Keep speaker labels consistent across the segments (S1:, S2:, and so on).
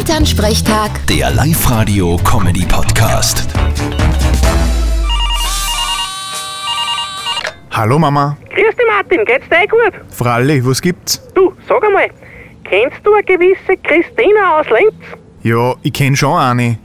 S1: Elternsprechtag,
S2: Der Live-Radio-Comedy-Podcast.
S3: Hallo Mama.
S4: Grüß dich Martin, geht's dir eh gut?
S3: Fralli, was gibt's?
S4: Du, sag einmal, kennst du eine gewisse Christina aus Linz?
S3: Ja, ich kenn schon eine.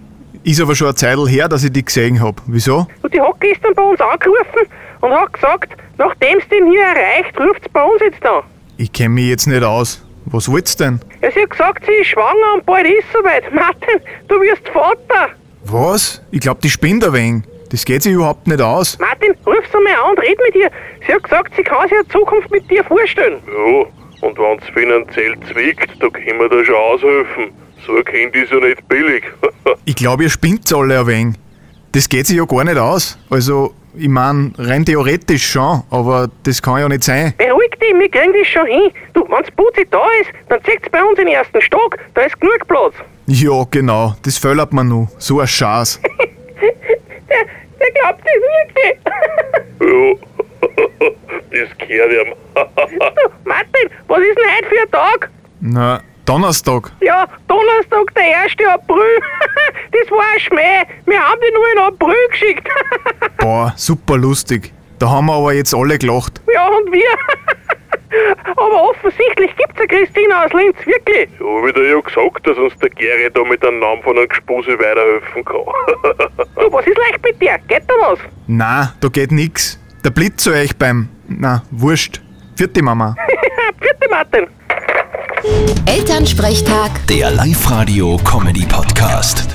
S3: Ist aber schon ein Zeitl her, dass ich die gesehen hab. Wieso?
S4: Und die hat gestern bei uns angerufen und hat gesagt, nachdem sie den hier erreicht, ruft sie bei uns jetzt an.
S3: Ich kenn mich jetzt nicht aus. Was wollt's denn?
S4: Ja, sie hat gesagt, sie ist schwanger und bald ist soweit. Martin, du wirst Vater.
S3: Was? Ich glaub, die spinnt ein wenig. Das geht sich überhaupt nicht aus.
S4: Martin, ruf sie mal an und red mit ihr. Sie hat gesagt, sie kann sich eine Zukunft mit dir vorstellen.
S5: Ja, und wenn's finanziell zwickt, da können wir da schon aushelfen. So ein Kind ist ja nicht billig.
S3: Ich glaub, ihr spinnt's alle ein wenig. Das geht sich ja gar nicht aus. Also, ich mein, rein theoretisch schon, aber das kann ja nicht sein.
S4: Beruhig dich, wir kriegen das schon hin. Du, wenn's Putzi da ist, dann zieht sie bei uns in den ersten Stock, da ist genug Platz.
S3: Ja, genau, das föllert man nur. So ein Schatz.
S4: Der, der glaubt das wirklich.
S5: ja, das gehört ihm.
S4: Du, Martin, was ist denn heute für ein Tag?
S3: Na, Donnerstag.
S4: Ja, Donnerstag, der 1. April. Das war ein Schmäh. Wir haben die nur in April geschickt.
S3: Boah, super lustig. Da haben wir aber jetzt alle gelacht.
S4: Ja, und wir. Aber offensichtlich gibt's eine Christina aus Linz, wirklich.
S5: Ja, hab ich dir ja gesagt, dass uns der Gary da mit einem Namen von einem Gespuse weiterhelfen kann.
S4: Du, was ist leicht mit dir? Geht da was?
S3: Na, da geht nix. Der blitzt zu euch beim. Na, wurscht. Vierte Mama.
S4: Vierte Martin.
S1: Elternsprechtag.
S2: Der Live-Radio-Comedy-Podcast.